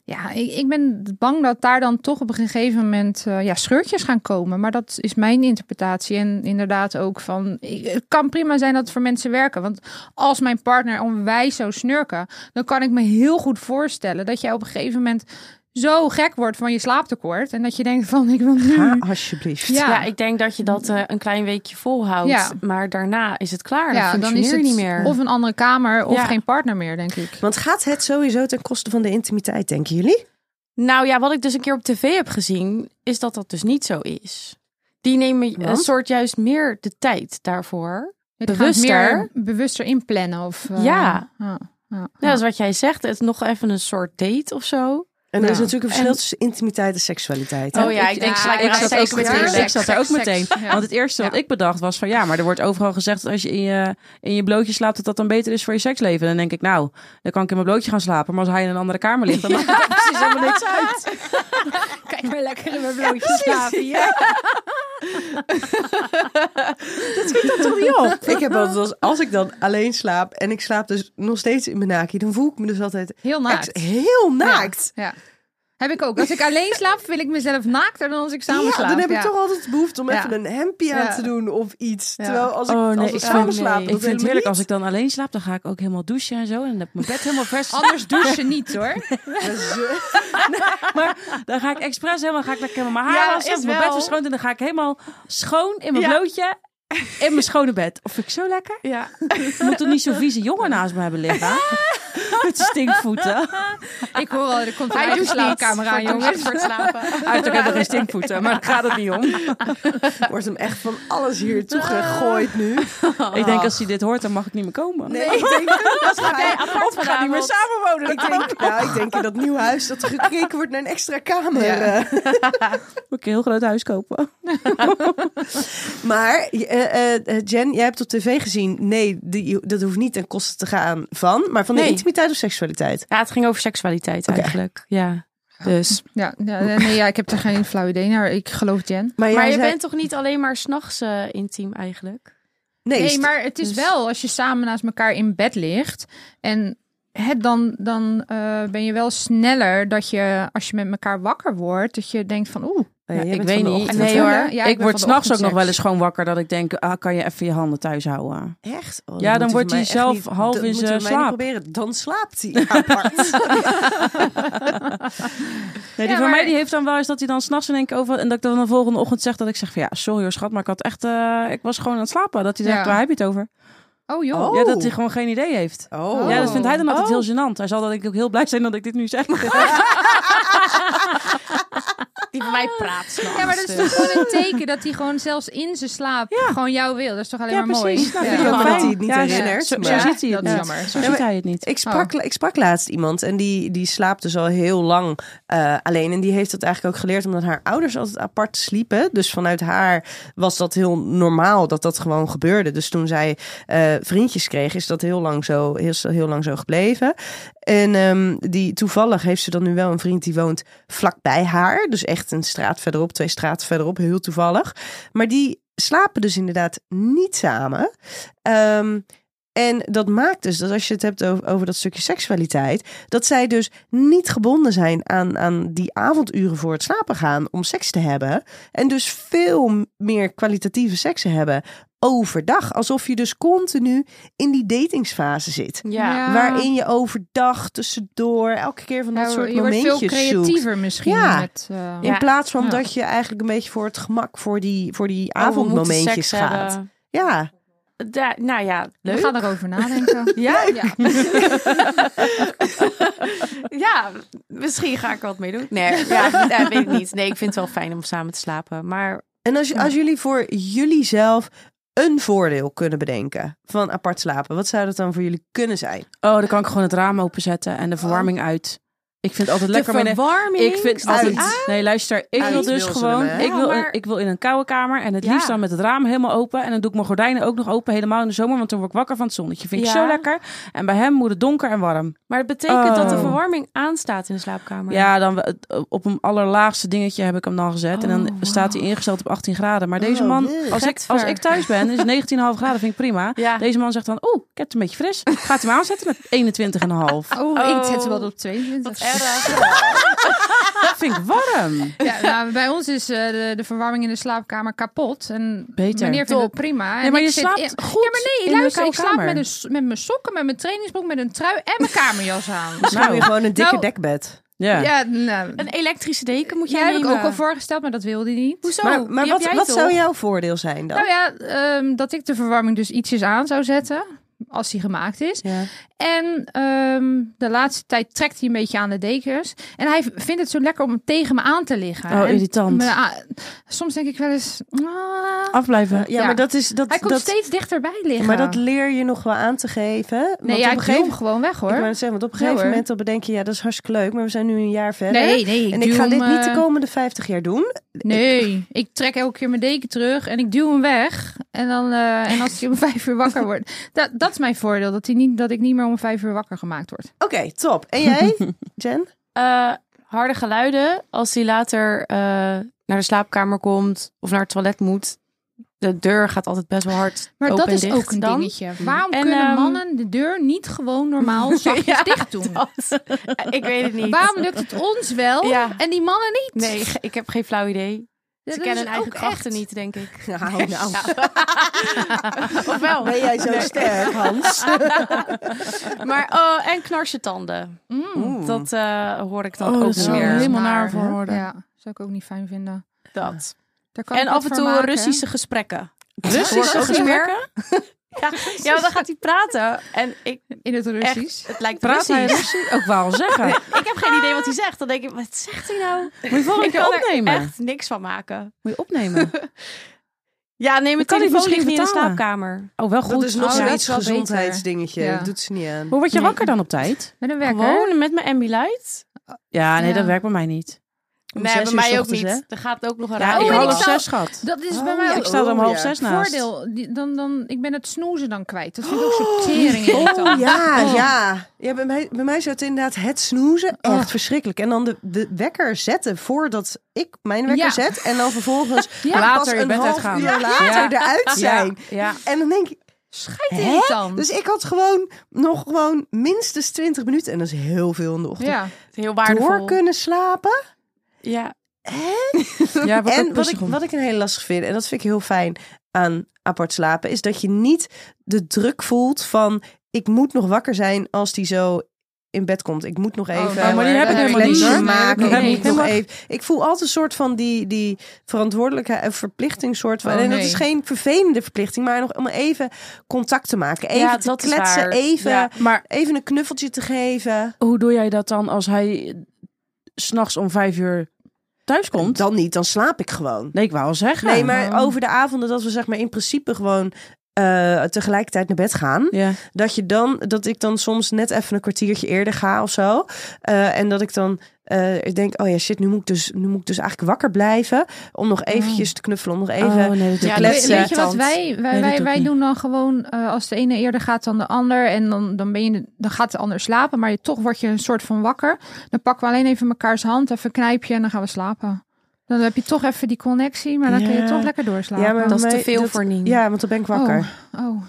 Speaker 4: Ja, ik, ik ben bang dat daar dan toch op een gegeven moment eh, ja, scheurtjes gaan komen. Maar dat is mijn interpretatie. En inderdaad ook van, ik- het kan prima zijn dat het voor mensen werken. Want als mijn partner onwijs zou snurken, dan kan ik me heel goed voorstellen dat jij op een gegeven moment zo gek wordt van je slaaptekort. En dat je denkt van, ik wil nu...
Speaker 2: Ga alsjeblieft.
Speaker 4: Ja.
Speaker 3: ja. ik denk dat je dat eh, een klein weekje volhoudt,
Speaker 4: Ja.
Speaker 3: maar daarna is het klaar.
Speaker 4: Ja,
Speaker 3: dan,
Speaker 4: dan is het
Speaker 3: niet meer.
Speaker 4: of een andere kamer of
Speaker 3: Ja.
Speaker 4: geen partner meer, denk ik.
Speaker 2: Want gaat het sowieso ten koste van de intimiteit, denken jullie?
Speaker 3: Nou ja, wat ik dus een keer op tv heb gezien, is dat dat dus niet zo is. Die nemen een
Speaker 2: Want?
Speaker 3: soort juist meer de tijd daarvoor.
Speaker 4: Je gaat het meer
Speaker 3: Bewuster.
Speaker 4: bewuster inplannen. Of, eh,
Speaker 3: Ja.
Speaker 4: ja, ja.
Speaker 3: Nou, dat is wat jij zegt, het is nog even een soort date of zo.
Speaker 2: En er
Speaker 4: Ja.
Speaker 2: is natuurlijk een verschil
Speaker 3: En-
Speaker 2: tussen intimiteit en seksualiteit. hè?
Speaker 3: Oh ja, ik denk
Speaker 4: Ja,
Speaker 3: gelijk
Speaker 4: ik
Speaker 3: maar aan
Speaker 4: zat
Speaker 3: seks
Speaker 4: ook meteen-
Speaker 3: natuurlijk.
Speaker 5: ik zat daar ook
Speaker 4: Seks,
Speaker 5: meteen.
Speaker 4: seks, ja.
Speaker 5: Want het eerste wat
Speaker 4: Ja.
Speaker 5: ik bedacht was van ja, maar er wordt overal gezegd dat als je in je, in je blootje slaapt, dat dat dan beter is voor je seksleven. Dan denk ik nou, dan kan ik in mijn blootje gaan slapen. Maar als hij in een andere kamer ligt, dan maakt het [laughs] precies helemaal niks uit.
Speaker 4: Kijk maar lekker
Speaker 2: [laughs]
Speaker 4: in mijn blootje slapen.
Speaker 2: [laughs] Ik heb altijd als, als ik dan alleen slaap en ik slaap dus nog steeds in mijn naakje, dan voel ik me dus altijd
Speaker 4: Heel
Speaker 2: echt
Speaker 4: naakt.
Speaker 2: heel naakt.
Speaker 4: Ja. Heb ik ook. Als ik alleen slaap, wil ik mezelf naakter dan als ik samen
Speaker 2: Ja,
Speaker 4: slaap.
Speaker 2: dan heb
Speaker 4: ja.
Speaker 2: ik toch altijd de behoefte om
Speaker 4: Ja.
Speaker 2: even een hempje
Speaker 4: Ja.
Speaker 2: aan te doen of iets.
Speaker 4: Ja.
Speaker 2: Terwijl als ik,
Speaker 5: Oh, nee,
Speaker 2: als we
Speaker 5: ik
Speaker 2: samen
Speaker 3: vind-
Speaker 2: slapen,
Speaker 3: nee,
Speaker 2: dat
Speaker 5: Ik vind het
Speaker 2: helemaal
Speaker 5: heerlijk als ik dan alleen slaap, dan ga ik ook helemaal douchen en zo. En dan heb ik mijn bed helemaal
Speaker 2: [laughs]
Speaker 5: vers.
Speaker 4: Anders douchen niet hoor.
Speaker 2: niet.
Speaker 5: Maar dan ga ik expres helemaal, ga ik lekker helemaal mijn haar
Speaker 3: Ja,
Speaker 5: wassen,
Speaker 3: is
Speaker 5: of mijn
Speaker 3: wel.
Speaker 5: bed verschoond. En dan ga ik helemaal schoon in mijn
Speaker 3: Ja.
Speaker 5: blootje, in mijn schone bed. Of vind ik zo lekker?
Speaker 3: Ja.
Speaker 5: Ik moet toch niet zo'n vieze jongen naast me hebben
Speaker 2: [laughs]
Speaker 5: liggen? Met stinkvoeten.
Speaker 4: Ik hoor al, er komt een
Speaker 3: Hij
Speaker 4: eigen
Speaker 3: doet niet.
Speaker 4: slaapkamer aan, jongens.
Speaker 3: Voor het slapen.
Speaker 4: [laughs]
Speaker 5: Hij heeft ook helemaal geen stinkvoeten, maar daar gaat het niet om.
Speaker 2: Wordt hem echt van alles hier toegegooid nu.
Speaker 5: Ik denk als hij dit hoort, dan mag ik niet meer komen.
Speaker 2: Oh. Nee, ik denk dat ga je
Speaker 5: Of we gaan niet meer samenwonen.
Speaker 2: Ik denk, nou, ik denk in dat nieuw huis dat er gekeken wordt naar een extra kamer.
Speaker 4: Ja.
Speaker 2: eh.
Speaker 5: Moet ik een heel groot huis kopen.
Speaker 2: Maar eh, eh, eh, Jen, jij hebt op tv gezien, nee, die, dat hoeft niet ten koste te gaan van, maar van de
Speaker 3: Nee.
Speaker 2: intimiteit of seksualiteit.
Speaker 3: Ja, het ging over seksualiteit
Speaker 2: Oké.
Speaker 3: eigenlijk. Ja. Dus.
Speaker 4: Ja, ja, nee, ja, ik heb er geen flauw idee naar. Ik geloof Jen.
Speaker 2: Maar,
Speaker 3: Maar
Speaker 2: jij
Speaker 3: je
Speaker 2: zei-
Speaker 3: bent toch niet alleen maar s'nachts eh intiem eigenlijk?
Speaker 2: nee,
Speaker 4: Nee,
Speaker 2: st-
Speaker 4: maar het is
Speaker 3: dus-
Speaker 4: wel als je samen naast elkaar in bed ligt. En het, dan, dan eh, ben je wel sneller dat je, als je met elkaar wakker wordt, dat je denkt van oeh.
Speaker 2: Nee, Oh jij
Speaker 5: ik
Speaker 2: bent
Speaker 5: weet
Speaker 2: van de
Speaker 5: niet.
Speaker 2: ochtend.
Speaker 4: Nee, hoor. Ja, ik ben
Speaker 5: ik
Speaker 4: van de
Speaker 5: word s'nachts ook nog
Speaker 4: ochtendseks.
Speaker 5: wel eens gewoon wakker dat ik denk, ah, kan je even je handen thuis houden?
Speaker 2: Echt? Oh, dat
Speaker 5: Ja,
Speaker 2: moet
Speaker 5: dan
Speaker 2: u
Speaker 5: wordt
Speaker 2: van mij
Speaker 5: hij
Speaker 2: echt
Speaker 5: zelf
Speaker 2: niet-
Speaker 5: half
Speaker 2: dat
Speaker 5: in
Speaker 2: moeten
Speaker 5: zijn
Speaker 2: we mij niet
Speaker 5: slaap.
Speaker 2: proberen. Dan slaapt [laughs] hij apart.
Speaker 5: Nee,
Speaker 4: Ja,
Speaker 5: die van
Speaker 4: maar-
Speaker 5: mij die heeft dan wel eens dat hij dan s'nachts in één keer over... En dat ik dan de volgende ochtend zeg dat ik zeg van ja, sorry hoor schat, maar ik had echt... eh, ik was gewoon aan het slapen. Dat hij zegt,
Speaker 4: Ja.
Speaker 5: waar heb je het over?
Speaker 4: Oh joh.
Speaker 2: Oh.
Speaker 5: Ja, dat hij gewoon geen idee heeft.
Speaker 2: Oh.
Speaker 5: Ja, dat vindt hij dan altijd
Speaker 3: Oh.
Speaker 5: heel gênant. Hij zal dat ik ook heel blij zijn dat ik dit nu zeg.
Speaker 3: die van mij praat. s'nachts.
Speaker 4: Ja, maar dat is toch gewoon een teken dat hij gewoon zelfs in zijn slaap
Speaker 5: Ja.
Speaker 4: gewoon jou wil. Dat is toch alleen
Speaker 5: Ja,
Speaker 4: maar mooi.
Speaker 5: precies. Nou,
Speaker 4: Ja.
Speaker 5: vind ik
Speaker 2: ook
Speaker 5: wel
Speaker 2: dat
Speaker 5: fijn.
Speaker 2: hij het niet
Speaker 5: Ja,
Speaker 2: herinnert,
Speaker 5: Zo, zo
Speaker 2: maar-
Speaker 5: ziet hij
Speaker 4: dat
Speaker 5: het
Speaker 4: is
Speaker 5: niet.
Speaker 4: jammer.
Speaker 2: Ja,
Speaker 5: Zo
Speaker 2: maar
Speaker 5: ziet hij het niet.
Speaker 2: Ik sprak, ik sprak laatst iemand en die, die slaapt dus al heel lang eh, alleen. En die heeft dat eigenlijk ook geleerd omdat haar ouders altijd apart sliepen. Dus vanuit haar was dat heel normaal dat dat gewoon gebeurde. Dus toen zij eh, vriendjes kreeg, is dat heel lang zo, is dat heel lang zo gebleven. En ehm, die, toevallig heeft ze dan nu wel een vriend die woont vlakbij haar. Dus echt een straat verderop, twee straten verderop, heel toevallig. Maar die slapen dus inderdaad niet samen. Ehm, en dat maakt dus dat als je het hebt over, over dat stukje seksualiteit, dat zij dus niet gebonden zijn aan, aan die avonduren voor het slapen gaan om seks te hebben. En dus veel m- meer kwalitatieve seks hebben overdag. Alsof je dus continu in die datingsfase zit.
Speaker 3: Ja. Oh,
Speaker 4: Ja.
Speaker 2: Waarin je overdag, tussendoor, elke keer van dat
Speaker 4: Nou,
Speaker 2: soort
Speaker 4: je wordt
Speaker 2: momentjes
Speaker 4: veel
Speaker 2: zoekt.
Speaker 4: creatiever misschien.
Speaker 2: Ja.
Speaker 4: Met, eh,
Speaker 2: In plaats van
Speaker 4: Ja.
Speaker 2: dat je eigenlijk een beetje voor het gemak voor die, voor die
Speaker 3: Oh, we moeten
Speaker 2: avondmomentjes
Speaker 3: seks
Speaker 2: gaat.
Speaker 3: hebben.
Speaker 2: Ja,
Speaker 3: Da- nou ja,
Speaker 4: We
Speaker 3: leuk.
Speaker 4: gaan erover
Speaker 5: [laughs]
Speaker 4: nadenken.
Speaker 3: Ja?
Speaker 4: Ja.
Speaker 3: ja, misschien ga ik er wat mee doen. [laughs] Nee, ja, dat weet ik niet. Nee, ik vind het wel fijn om samen te slapen. Maar
Speaker 2: En als, als jullie voor jullie zelf een voordeel kunnen bedenken van apart slapen, wat zou dat dan voor jullie kunnen zijn?
Speaker 5: Oh, dan kan ik gewoon het raam openzetten en de verwarming uit. Ik vind het altijd lekker
Speaker 3: de
Speaker 5: mijn-
Speaker 3: verwarming
Speaker 5: Ik vind
Speaker 2: staat
Speaker 5: altijd.
Speaker 2: uit.
Speaker 5: Nee, luister. Ik
Speaker 2: Uit
Speaker 5: wil dus
Speaker 2: wil ze
Speaker 5: gewoon.
Speaker 2: hem, hè?
Speaker 5: ik, wil
Speaker 3: Ja,
Speaker 5: een-
Speaker 3: maar-
Speaker 5: ik wil in een koude kamer. En het
Speaker 3: Ja.
Speaker 5: liefst dan met het raam helemaal open. En dan doe ik mijn gordijnen ook nog open. Helemaal in de zomer. Want dan word ik wakker van het zonnetje. Vind ik
Speaker 3: Ja.
Speaker 5: zo lekker. En bij hem moet het donker en warm.
Speaker 3: Maar het betekent dat de
Speaker 5: Oh.
Speaker 3: verwarming aanstaat in de slaapkamer.
Speaker 5: Ja, dan we- het- op een allerlaagste dingetje heb ik hem dan gezet. en dan
Speaker 3: Oh,
Speaker 5: staat hij ingesteld op 18 graden. Maar deze
Speaker 2: Oh,
Speaker 5: man,
Speaker 2: nee.
Speaker 5: als ik,
Speaker 3: Vet
Speaker 5: als
Speaker 3: ver.
Speaker 5: ik thuis ben, is 19,5 graden vind ik prima.
Speaker 3: Ja.
Speaker 5: Deze man zegt dan, oeh, ik heb het een beetje fris. Gaat hij hem aanzetten met 21,5.
Speaker 4: Oh, ik zet hem wel
Speaker 3: Oh.
Speaker 4: op 22.
Speaker 3: [laughs]
Speaker 5: Dat vind ik warm.
Speaker 4: Ja, nou, bij ons is eh, de, de verwarming in de slaapkamer kapot. En
Speaker 5: Beter.
Speaker 4: meneer vindt het prima. En
Speaker 5: Nee, maar
Speaker 4: ik
Speaker 5: je
Speaker 4: zit
Speaker 5: slaapt
Speaker 4: in-
Speaker 5: goed
Speaker 4: Ja, maar
Speaker 5: in
Speaker 4: nee,
Speaker 5: een
Speaker 4: luister,
Speaker 5: koude
Speaker 4: ik slaap
Speaker 5: kamer.
Speaker 4: met, een, s- met mijn sokken, met mijn trainingsbroek, met een trui en mijn kamerjas aan.
Speaker 2: Misschien
Speaker 5: Nou.
Speaker 2: weer gewoon een dikke
Speaker 4: Nou.
Speaker 2: dekbed.
Speaker 5: [laughs] Ja.
Speaker 4: Ja, nou,
Speaker 3: Een elektrische deken moet jij
Speaker 4: jij heb ik
Speaker 3: nemen.
Speaker 4: ook al voorgesteld, maar dat wilde hij niet.
Speaker 3: Hoezo?
Speaker 2: maar maar
Speaker 3: Die
Speaker 2: wat,
Speaker 3: heb jij
Speaker 2: wat
Speaker 3: toch?
Speaker 2: zou jouw voordeel zijn dan?
Speaker 4: Nou ja, ehm, dat ik de verwarming dus ietsjes aan zou zetten. Als die gemaakt is.
Speaker 2: Ja.
Speaker 4: En ehm, de laatste tijd trekt hij een beetje aan de dekens. En hij vindt het zo lekker om tegen me aan te liggen.
Speaker 5: Oh,
Speaker 4: En
Speaker 5: irritant.
Speaker 4: me a- soms denk ik wel eens. "Ah."
Speaker 5: Afblijven.
Speaker 2: Ja,
Speaker 4: Ja.
Speaker 2: maar dat is dat.
Speaker 4: hij komt
Speaker 2: dat
Speaker 4: steeds dichterbij liggen.
Speaker 2: maar dat leer je nog wel aan te geven.
Speaker 4: Nee,
Speaker 2: want
Speaker 4: ja,
Speaker 2: op
Speaker 4: ik
Speaker 2: een
Speaker 4: duw
Speaker 2: gegeven
Speaker 4: hem gewoon weg
Speaker 2: Ik wou
Speaker 4: hoor.
Speaker 2: net zeggen, want op een
Speaker 4: Ja,
Speaker 2: gegeven
Speaker 4: hoor.
Speaker 2: moment dan bedenk je, ja, dat is hartstikke leuk, maar we zijn nu een jaar verder.
Speaker 4: Nee, nee. Ik
Speaker 2: en ik
Speaker 4: duw
Speaker 2: ga
Speaker 4: hem,
Speaker 2: dit niet de
Speaker 4: eh,
Speaker 2: komende 50 jaar doen.
Speaker 4: Nee, ik trek elke keer mijn deken terug en ik duw hem weg. En, dan, eh, en als hij om [laughs] vijf uur wakker wordt. Dat, dat is mijn voordeel, dat, hij niet, dat ik niet meer om vijf uur wakker gemaakt word.
Speaker 2: Oké, top. En
Speaker 4: [laughs]
Speaker 2: jij, Jen?
Speaker 3: Eh, harde geluiden. Als hij later eh, naar de slaapkamer komt of naar het toilet moet. De deur gaat altijd best wel hard.
Speaker 4: Maar
Speaker 3: open
Speaker 4: dat is
Speaker 3: en dicht
Speaker 4: ook een
Speaker 3: dan.
Speaker 4: dingetje. Waarom
Speaker 3: En,
Speaker 4: kunnen
Speaker 3: ehm,
Speaker 4: mannen de deur niet gewoon normaal zachtjes
Speaker 3: [laughs] Ja,
Speaker 4: dicht doen?
Speaker 3: Dat- ik weet het niet.
Speaker 4: Waarom lukt het ons wel
Speaker 3: Ja.
Speaker 4: en die mannen niet?
Speaker 3: Nee, ge- ik heb geen flauw idee.
Speaker 4: Dat
Speaker 3: Ze
Speaker 4: is
Speaker 3: kennen hun eigen
Speaker 4: ook
Speaker 3: krachten
Speaker 4: echt-
Speaker 3: niet, denk ik.
Speaker 2: Nou, nou.
Speaker 3: Of wel?
Speaker 2: Ben jij zo sterk,
Speaker 4: [laughs]
Speaker 2: Hans?
Speaker 3: [laughs] Maar, oh, en knarsetanden.
Speaker 4: Mm.
Speaker 3: Dat eh, hoor ik dan
Speaker 5: Oh,
Speaker 3: ook
Speaker 5: dat is
Speaker 3: niet
Speaker 5: wel
Speaker 3: meer.
Speaker 5: helemaal naar
Speaker 4: hè?
Speaker 5: voor worden.
Speaker 4: Ja, zou ik ook niet fijn vinden.
Speaker 3: Dat.
Speaker 4: Daar kan
Speaker 3: En
Speaker 4: ik wat
Speaker 3: af en
Speaker 4: voor
Speaker 3: toe
Speaker 4: maken.
Speaker 3: Russische gesprekken.
Speaker 5: Russische
Speaker 3: Hoor ik ook niet meer.
Speaker 5: gesprekken?
Speaker 3: Ja, [laughs] ja, maar dan gaat hij praten. En ik,
Speaker 4: in het Russisch.
Speaker 3: echt, het lijkt
Speaker 5: Praat hij
Speaker 3: Russisch.
Speaker 5: Russisch? Ook wel zeggen.
Speaker 3: Ik heb geen idee wat hij zegt. Dan denk ik, wat zegt hij nou?
Speaker 5: Moet je volgende
Speaker 3: Ik
Speaker 5: keer
Speaker 3: kan er
Speaker 5: opnemen.
Speaker 3: echt niks van maken.
Speaker 5: Moet je opnemen.
Speaker 3: Ja, neem het
Speaker 5: kan hij
Speaker 3: telefoon ligt
Speaker 5: misschien
Speaker 3: niet in de
Speaker 5: vertalen.
Speaker 3: slaapkamer.
Speaker 5: [laughs] Oh, wel Oh, goed.
Speaker 2: Dat is nog
Speaker 4: Oh, dat
Speaker 2: zoiets
Speaker 4: is wel beter.
Speaker 2: gezondheidsdingetje.
Speaker 4: Ja.
Speaker 2: Dat doet ze niet aan.
Speaker 5: Hoe word je
Speaker 4: Nee.
Speaker 5: wakker dan op tijd?
Speaker 4: Met een werker.
Speaker 3: Gewoon met mijn Ambilight?
Speaker 5: Ja, nee,
Speaker 4: Ja.
Speaker 5: dat werkt bij mij niet. Om
Speaker 3: Nee,
Speaker 5: zes
Speaker 3: bij
Speaker 5: uur
Speaker 3: mij ook
Speaker 5: ochtends, hè?
Speaker 3: niet. Er gaat ook nog een
Speaker 5: Ja,
Speaker 3: radio.
Speaker 5: ik
Speaker 4: en
Speaker 5: half
Speaker 4: ik zou-
Speaker 5: zes schat.
Speaker 4: Dat is
Speaker 2: Oh,
Speaker 4: bij mij
Speaker 2: ja,
Speaker 4: ook
Speaker 5: Ik sta er om
Speaker 2: Oh,
Speaker 5: half
Speaker 2: ja.
Speaker 5: zes naast.
Speaker 4: voordeel. Die- Dan, dan, ik ben het snoezen dan kwijt. Dat vind ik ook zo tering irritant.
Speaker 2: Oh ja, ja. ja bij, mij, bij mij zou het inderdaad het snoezen echt
Speaker 4: Oh.
Speaker 2: verschrikkelijk. En dan de, de wekker zetten voordat ik mijn wekker
Speaker 4: Ja.
Speaker 2: zet. En dan vervolgens
Speaker 4: Ja.
Speaker 2: pas
Speaker 5: Later je
Speaker 2: een
Speaker 5: bed
Speaker 2: half
Speaker 5: uitgaan.
Speaker 2: uur
Speaker 5: Ja.
Speaker 2: later eruit zijn.
Speaker 5: Ja, ja.
Speaker 2: En dan denk ik,
Speaker 4: Schijt
Speaker 2: Hè?
Speaker 4: irritant.
Speaker 2: dus ik had gewoon nog gewoon minstens 20 minuten. En dat is heel veel in de ochtend.
Speaker 4: ja.
Speaker 3: Heel waardevol.
Speaker 2: Door kunnen slapen.
Speaker 3: Ja.
Speaker 5: [laughs] Ja, wat
Speaker 2: en wat ik, wat ik een hele lastig vind, en dat vind ik heel fijn aan apart slapen, is dat je niet de druk voelt van ik moet nog wakker zijn als die zo in bed komt. Ik moet nog even.
Speaker 4: Oh, nou,
Speaker 5: maar die heb ik
Speaker 4: dat
Speaker 5: helemaal niet,
Speaker 2: gletsjer
Speaker 5: hoor.
Speaker 2: maken.
Speaker 4: Nee,
Speaker 2: Ik
Speaker 4: nee.
Speaker 2: moet nog even. Ik voel altijd een soort van die, die verantwoordelijkheid en verplichting soort van.
Speaker 4: Oh,
Speaker 2: en dat
Speaker 4: nee.
Speaker 2: is geen vervelende verplichting, maar nog om even contact te maken. Even
Speaker 3: Ja,
Speaker 2: te
Speaker 3: dat is
Speaker 2: kletsen.
Speaker 3: waar.
Speaker 2: Even,
Speaker 3: Ja.
Speaker 5: Maar
Speaker 2: even een knuffeltje te geven.
Speaker 5: hoe doe jij dat dan als hij s'nachts om vijf uur thuis komt.
Speaker 2: Dan niet, dan slaap ik gewoon.
Speaker 5: Nee, ik wou al zeggen.
Speaker 2: Nee, maar over de avonden dat we zeg maar in principe gewoon eh, tegelijkertijd naar bed gaan.
Speaker 5: Ja.
Speaker 2: Dat je dan, dat ik dan soms net even een kwartiertje eerder ga of zo. Eh, en dat ik dan eh, ik denk, oh ja, shit, nu moet, ik dus, nu moet ik dus eigenlijk wakker blijven. Om nog eventjes te knuffelen, om nog even...
Speaker 5: Oh, nee, dat doe
Speaker 2: Ja,
Speaker 5: ik
Speaker 4: We-
Speaker 5: niet.
Speaker 2: kletsen.
Speaker 4: Weet je
Speaker 2: Irritant.
Speaker 4: wat wij, wij,
Speaker 5: dat doe
Speaker 4: wij,
Speaker 5: ik
Speaker 4: wij
Speaker 5: niet.
Speaker 4: doen dan gewoon, eh, als de ene eerder gaat dan de ander en dan, dan, ben je, dan gaat de ander slapen, maar je, toch word je een soort van wakker. Dan pakken we alleen even mekaars hand, even een knijpje en dan gaan we slapen. Dan heb je toch even die connectie, maar dan kun je
Speaker 2: Ja.
Speaker 4: toch lekker doorslapen.
Speaker 2: Ja, maar
Speaker 3: Dat is
Speaker 2: mij-
Speaker 3: te veel
Speaker 2: dat-
Speaker 3: voor Nien.
Speaker 2: Ja, want dan ben ik wakker.
Speaker 4: Oh, oh,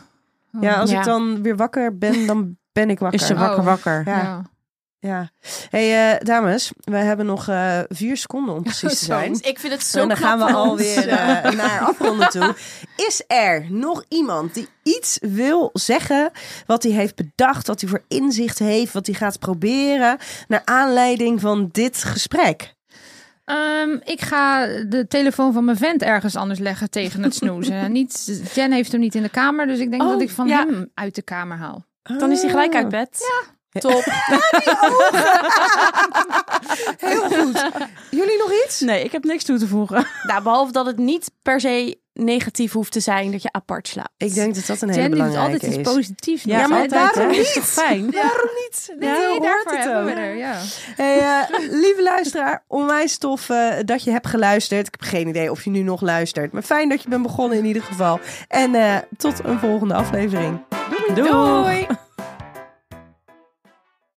Speaker 4: oh.
Speaker 2: Ja, als
Speaker 3: Ja.
Speaker 2: ik dan weer wakker ben, dan ben ik wakker.
Speaker 5: Is ze wakker,
Speaker 4: Oh.
Speaker 5: wakker.
Speaker 2: Ja. Ja. Hey eh, dames, we hebben nog eh, vier seconden om precies
Speaker 5: [laughs]
Speaker 2: te zijn.
Speaker 3: Dus Ik vind het zo
Speaker 2: En dan gaan we alweer
Speaker 3: Ja.
Speaker 2: eh, naar afronden toe. Is er nog iemand die iets wil zeggen? Wat hij heeft bedacht, wat hij voor inzicht heeft, wat hij gaat proberen. Naar aanleiding van dit gesprek.
Speaker 4: Ehm, ik ga de telefoon van mijn vent ergens anders leggen tegen
Speaker 3: [laughs]
Speaker 4: het snoezen. niet, Jen heeft hem niet in de kamer, dus ik denk
Speaker 3: Oh,
Speaker 4: dat ik van
Speaker 3: ja.
Speaker 4: hem uit de kamer haal.
Speaker 3: Dan is hij gelijk
Speaker 2: Oh.
Speaker 3: uit bed. Top.
Speaker 5: [laughs]
Speaker 2: Heel goed. Jullie nog iets?
Speaker 5: Nee, ik heb niks toe te voegen.
Speaker 3: nou, behalve dat het niet per se negatief hoeft te zijn dat je apart slaapt.
Speaker 2: Ik denk dat dat een hele
Speaker 4: Jen doet
Speaker 2: belangrijke
Speaker 4: altijd iets
Speaker 2: is.
Speaker 4: positiefs.
Speaker 5: Ja,
Speaker 4: met
Speaker 5: maar
Speaker 4: mij.
Speaker 5: daarom
Speaker 2: hè?
Speaker 5: is toch fijn?
Speaker 2: Waarom niet?
Speaker 4: Nee,
Speaker 2: Hoe hoort
Speaker 4: daarvoor
Speaker 2: het
Speaker 4: hebben
Speaker 2: ook?
Speaker 4: we er, ja.
Speaker 2: Hey, eh, lieve luisteraar, onwijs tof eh, dat je hebt geluisterd. Ik heb geen idee of je nu nog luistert. Maar fijn dat je bent begonnen in ieder geval. En eh, tot een volgende aflevering. Doei.
Speaker 5: Doei.